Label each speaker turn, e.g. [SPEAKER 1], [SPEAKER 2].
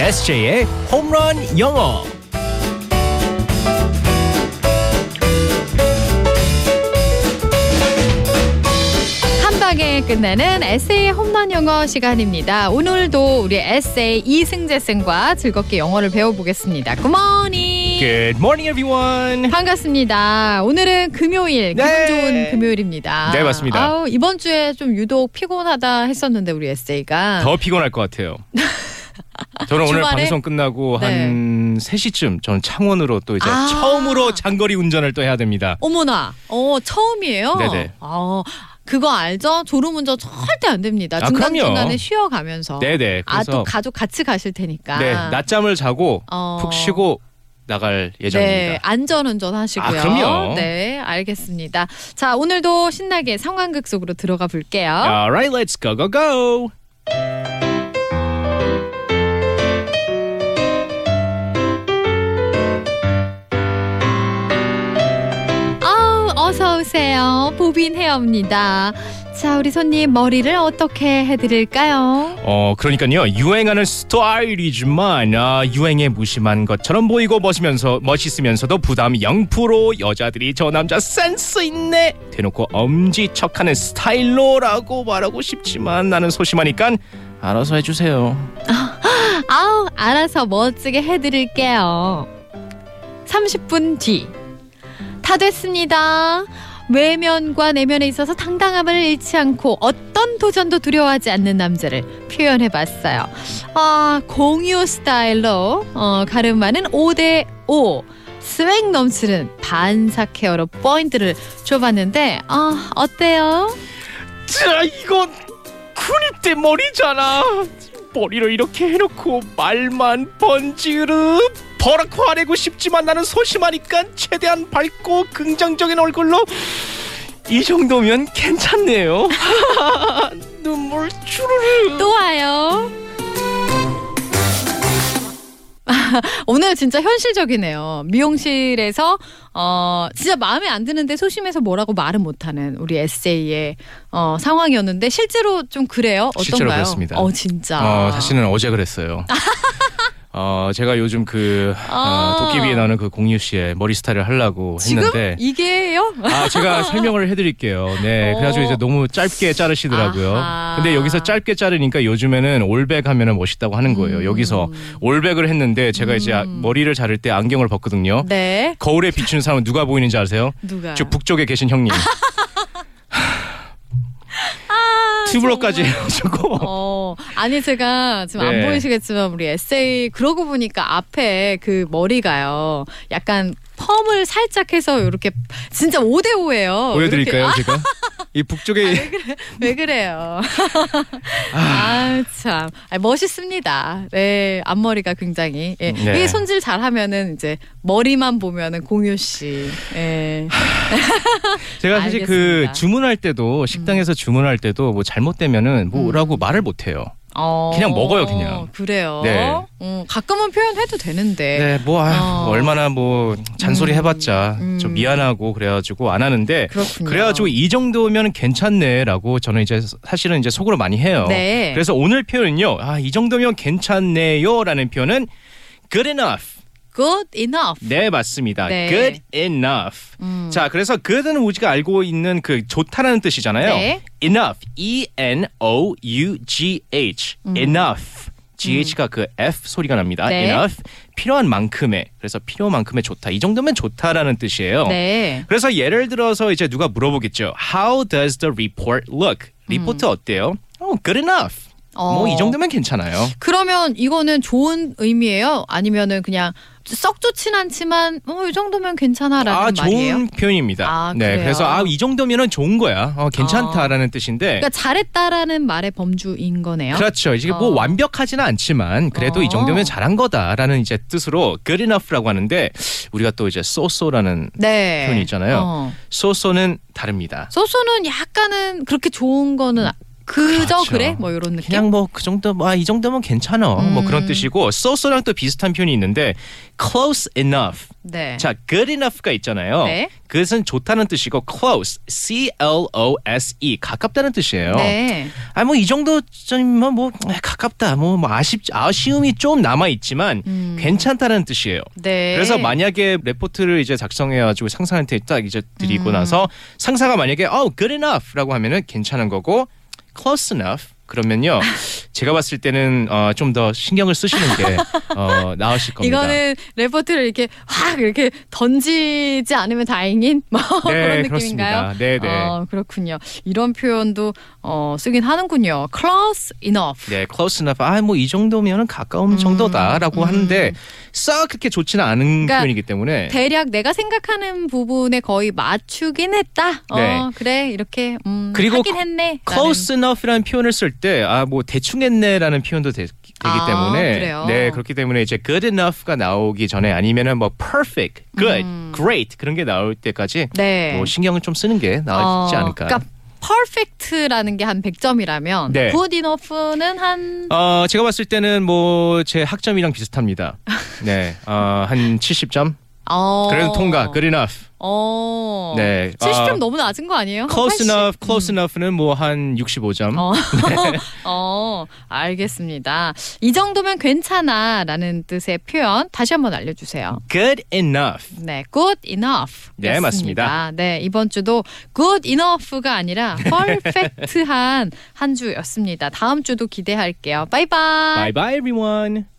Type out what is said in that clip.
[SPEAKER 1] SJ의 홈런 영어.
[SPEAKER 2] 한 방에 끝내는 에세이 홈런 영어 시간입니다. 오늘도 우리 에세이 이승재 쌤과 즐겁게 영어를 배워보겠습니다. 굿모닝.
[SPEAKER 1] Good morning, everyone.
[SPEAKER 2] 반갑습니다. 오늘은 금요일, 기분
[SPEAKER 1] 네.
[SPEAKER 2] 좋은 금요일입니다.
[SPEAKER 1] 네, 맞습니다.
[SPEAKER 2] 아우, 이번 주에 좀 유독 피곤하다 했었는데 우리 에세이가
[SPEAKER 1] 더 피곤할 것 같아요. 저는 오늘
[SPEAKER 2] 아. 주말에?
[SPEAKER 1] 방송 끝나고
[SPEAKER 2] 네.
[SPEAKER 1] 한 3시쯤 저는 창원으로 또 이제
[SPEAKER 2] 아.
[SPEAKER 1] 처음으로 장거리 운전을 또 해야 됩니다.
[SPEAKER 2] 어머나, 어 처음이에요.
[SPEAKER 1] 네네.
[SPEAKER 2] 어, 그거 알죠? 졸음운전 절대 안 됩니다.
[SPEAKER 1] 아,
[SPEAKER 2] 중간
[SPEAKER 1] 그럼요.
[SPEAKER 2] 중간에 쉬어가면서.
[SPEAKER 1] 네네.
[SPEAKER 2] 아 또
[SPEAKER 1] 그래서
[SPEAKER 2] 가족 같이 가실 테니까.
[SPEAKER 1] 네, 낮잠을 자고
[SPEAKER 2] 어.
[SPEAKER 1] 푹 쉬고 나갈 예정입니다.
[SPEAKER 2] 네, 안전운전 하시고요.
[SPEAKER 1] 아, 그럼요.
[SPEAKER 2] 네, 알겠습니다. 자, 오늘도 신나게 상황극 속으로 들어가 볼게요.
[SPEAKER 1] Alright, let's go go go.
[SPEAKER 2] 아우, 어서 오세요. 보빈 헤어입니다. 자, 우리 손님 머리를 어떻게 해드릴까요?
[SPEAKER 1] 어, 그러니까요. 유행하는 스타일이지만 아, 유행에 무심한 것처럼 보이고 멋이면서 멋있으면서도 부담 0% 여자들이 저 남자 센스 있네 대놓고 엄지척하는 스타일러라고 말하고 싶지만 나는 소심하니까 알아서 해주세요.
[SPEAKER 2] 아우, 알아서 멋지게 해드릴게요. 30분 뒤. 다 됐습니다. 외면과 내면에 있어서 당당함을 잃지 않고 어떤 도전도 두려워하지 않는 남자를 표현해봤어요. 아, 공유 스타일로 어, 가르마는 5대5. 스웩 넘치는 반삭 헤어로 포인트를 줘봤는데, 아, 어때요?
[SPEAKER 1] 자, 이건 군입대 머리잖아. 머리를 이렇게 해놓고 말만 번지르 버럭 화내고 싶지만 나는 소심하니까 최대한 밝고 긍정적인 얼굴로 이 정도면 괜찮네요. 눈물 주르르.
[SPEAKER 2] 또 와요. 오늘 진짜 현실적이네요. 미용실에서 어 진짜 마음에 안 드는데 소심해서 뭐라고 말은 못하는 우리 에세이의 어, 상황이었는데 실제로 좀 그래요. 어떤가요?
[SPEAKER 1] 실제로 그렇습니다.
[SPEAKER 2] 어 진짜.
[SPEAKER 1] 어, 사실은 어제 그랬어요. 어, 제가 요즘 그
[SPEAKER 2] 아.
[SPEAKER 1] 어, 도깨비에 나오는 그 공유 씨의 머리 스타일을 하려고
[SPEAKER 2] 지금
[SPEAKER 1] 했는데
[SPEAKER 2] 이게요?
[SPEAKER 1] 아, 제가 설명을 해드릴게요. 네,
[SPEAKER 2] 어.
[SPEAKER 1] 그래가지고 이제 너무 짧게 자르시더라고요.
[SPEAKER 2] 아하.
[SPEAKER 1] 근데 여기서 짧게 자르니까 요즘에는 올백 하면은 멋있다고 하는 거예요. 여기서
[SPEAKER 2] 음.
[SPEAKER 1] 올백을 했는데 제가 이제 아- 머리를 자를 때 안경을 벗거든요.
[SPEAKER 2] 네
[SPEAKER 1] 거울에 비추는 사람은 누가 보이는지 아세요?
[SPEAKER 2] 누가?
[SPEAKER 1] 저 북쪽에 계신 형님. 튜브로까지 해가지고.
[SPEAKER 2] 아, 어, 아니 제가 지금
[SPEAKER 1] 네.
[SPEAKER 2] 안 보이시겠지만 우리 에세이 그러고 보니까 앞에 그 머리가요. 약간 펌을 살짝 해서 이렇게 진짜 5대 5예요.
[SPEAKER 1] 보여드릴까요, 제가? 이
[SPEAKER 2] 아,
[SPEAKER 1] 북쪽에
[SPEAKER 2] 왜 그래요? 아 참, 아, 멋있습니다. 네, 앞머리가 굉장히 예.
[SPEAKER 1] 네.
[SPEAKER 2] 이게 손질 잘하면은 이제 머리만 보면은 공유 씨. 예.
[SPEAKER 1] 제가 사실
[SPEAKER 2] 알겠습니다. 음.
[SPEAKER 1] 그 주문할 때도 식당에서 주문할 때도 뭐 잘못되면은 뭐라고 말을 못해요.
[SPEAKER 2] 어,
[SPEAKER 1] 그냥 먹어요, 그냥.
[SPEAKER 2] 그래요.
[SPEAKER 1] 네.
[SPEAKER 2] 음, 가끔은 표현해도 되는데.
[SPEAKER 1] 네, 뭐 아유,
[SPEAKER 2] 어.
[SPEAKER 1] 얼마나 뭐 잔소리
[SPEAKER 2] 음,
[SPEAKER 1] 해봤자
[SPEAKER 2] 음.
[SPEAKER 1] 좀 미안하고 그래가지고 안 하는데
[SPEAKER 2] 그렇군요.
[SPEAKER 1] 그래가지고 이 정도면 괜찮네라고 저는 이제 사실은 이제 속으로 많이 해요.
[SPEAKER 2] 네.
[SPEAKER 1] 그래서 오늘 표현은요, 아 이 정도면 괜찮네요라는 표현은 good enough.
[SPEAKER 2] good enough.
[SPEAKER 1] 네, 맞습니다.
[SPEAKER 2] 네.
[SPEAKER 1] good enough.
[SPEAKER 2] 음.
[SPEAKER 1] 자, 그래서 good은 우리가 알고 있는 그 좋다라는 뜻이잖아요.
[SPEAKER 2] 네.
[SPEAKER 1] enough, e n o u g h, enough. GH가 그 F 소리가 납니다.
[SPEAKER 2] 음. 네.
[SPEAKER 1] enough 필요한 만큼의 그래서 필요만큼의 좋다. 이 정도면 좋다라는 뜻이에요.
[SPEAKER 2] 네.
[SPEAKER 1] 그래서 예를 들어서 이제 누가 물어보겠죠. How does the report look? 리포트 어때요? Oh, good enough. 뭐
[SPEAKER 2] 음. 어.
[SPEAKER 1] 이 정도면 괜찮아요.
[SPEAKER 2] 그러면 이거는 좋은 의미예요? 아니면은 그냥 썩 좋진 않지만 어, 이 정도면 괜찮아라는
[SPEAKER 1] 아,
[SPEAKER 2] 말이에요?
[SPEAKER 1] 좋은 표현입니다.
[SPEAKER 2] 아,
[SPEAKER 1] 네,
[SPEAKER 2] 그래요?
[SPEAKER 1] 그래서 아, 이 정도면은 좋은 거야. 어, 괜찮다라는 뜻인데.
[SPEAKER 2] 그러니까 잘했다라는 말의 범주인 거네요.
[SPEAKER 1] 그렇죠. 이게 뭐
[SPEAKER 2] 어.
[SPEAKER 1] 완벽하지는 않지만 그래도 이
[SPEAKER 2] 어.
[SPEAKER 1] 정도면 잘한 거다라는 이제 뜻으로 good enough라고 하는데 우리가 또 이제 soso라는
[SPEAKER 2] 네.
[SPEAKER 1] 표현이 있잖아요.
[SPEAKER 2] 어.
[SPEAKER 1] soso는 다릅니다.
[SPEAKER 2] 소소는 약간은 그렇게 좋은 거는 그저
[SPEAKER 1] 그렇죠.
[SPEAKER 2] 그래뭐 이런 느낌.
[SPEAKER 1] 그냥 뭐 그 정도 뭐 이 정도면 괜찮아 뭐
[SPEAKER 2] 음.
[SPEAKER 1] 그런 뜻이고 soso랑 또 비슷한 표현이 있는데 close enough
[SPEAKER 2] 네.
[SPEAKER 1] 자 good enough가 있잖아요
[SPEAKER 2] 네.
[SPEAKER 1] 그것은 좋다는 뜻이고 close c l o s e 가깝다는 뜻이에요
[SPEAKER 2] 네.
[SPEAKER 1] 아 뭐 이 정도면 뭐 아, 가깝다 뭐, 뭐 아쉽 아쉬움이 좀 남아 있지만
[SPEAKER 2] 음.
[SPEAKER 1] 괜찮다는 뜻이에요
[SPEAKER 2] 네.
[SPEAKER 1] 그래서 만약에 레포트를 이제 작성해가지고 상사한테 딱 이제 드리고
[SPEAKER 2] 음.
[SPEAKER 1] 나서 상사가 만약에 oh good enough라고 하면은 괜찮은 거고 close enough 그러면요 제가 봤을 때는 어, 좀 더 신경을 쓰시는 게 어, 나으실 겁니다.
[SPEAKER 2] 이거는 레포트를 이렇게 확 이렇게 던지지 않으면 다행인 뭐 그런 느낌인가요?
[SPEAKER 1] 그렇습니다. 네, 네.
[SPEAKER 2] 어, 그렇군요. 이런 표현도 어, 쓰긴 하는군요. close enough.
[SPEAKER 1] 네, close enough. 아, 뭐 이 정도면은 가까운
[SPEAKER 2] 음,
[SPEAKER 1] 정도다라고
[SPEAKER 2] 음.
[SPEAKER 1] 하는데 썩 그렇게 좋지는 않은
[SPEAKER 2] 그러니까
[SPEAKER 1] 표현이기 때문에
[SPEAKER 2] 대략 내가 생각하는 부분에 거의 맞추긴 했다. 어,
[SPEAKER 1] 네.
[SPEAKER 2] 그래 이렇게 음,
[SPEAKER 1] 그리고
[SPEAKER 2] 하긴 했네.
[SPEAKER 1] close enough라는 표현을 쓸 때 아 뭐 대충 했네라는 표현도 되, 기
[SPEAKER 2] 아,
[SPEAKER 1] 때문에
[SPEAKER 2] 그래요?
[SPEAKER 1] 네 그렇기 때문에 이제 good enough가 나오기 전에 아니면은 뭐 perfect, good, great 그런 게 나올 때까지
[SPEAKER 2] 라는. 음. 네.
[SPEAKER 1] 뭐 신경을 좀 쓰는 게 나을지
[SPEAKER 2] 어,
[SPEAKER 1] 않을까.
[SPEAKER 2] 그러니까 perfect라는 게 한 100점이라면
[SPEAKER 1] 네.
[SPEAKER 2] good enough는 한
[SPEAKER 1] 어 제가 봤을 때는 뭐 제 학점이랑 비슷합니다. 네한 70점
[SPEAKER 2] 어,
[SPEAKER 1] 그래도 통과 good enough.
[SPEAKER 2] 어.
[SPEAKER 1] 네.
[SPEAKER 2] 70점
[SPEAKER 1] 아,
[SPEAKER 2] 너무 낮은 거 아니에요?
[SPEAKER 1] close
[SPEAKER 2] 80?
[SPEAKER 1] enough, close enough는 뭐 한 65점.
[SPEAKER 2] 음. 어. 어, 알겠습니다. 이 정도면 괜찮아라는 뜻의 표현 다시 한번 알려주세요.
[SPEAKER 1] good enough.
[SPEAKER 2] 네, good enough.
[SPEAKER 1] 네, 맞습니다.
[SPEAKER 2] 네, 이번 주도 good enough가 아니라 perfect한 한 주였습니다. 다음 주도 기대할게요. 바이바이. 아.
[SPEAKER 1] Bye bye everyone.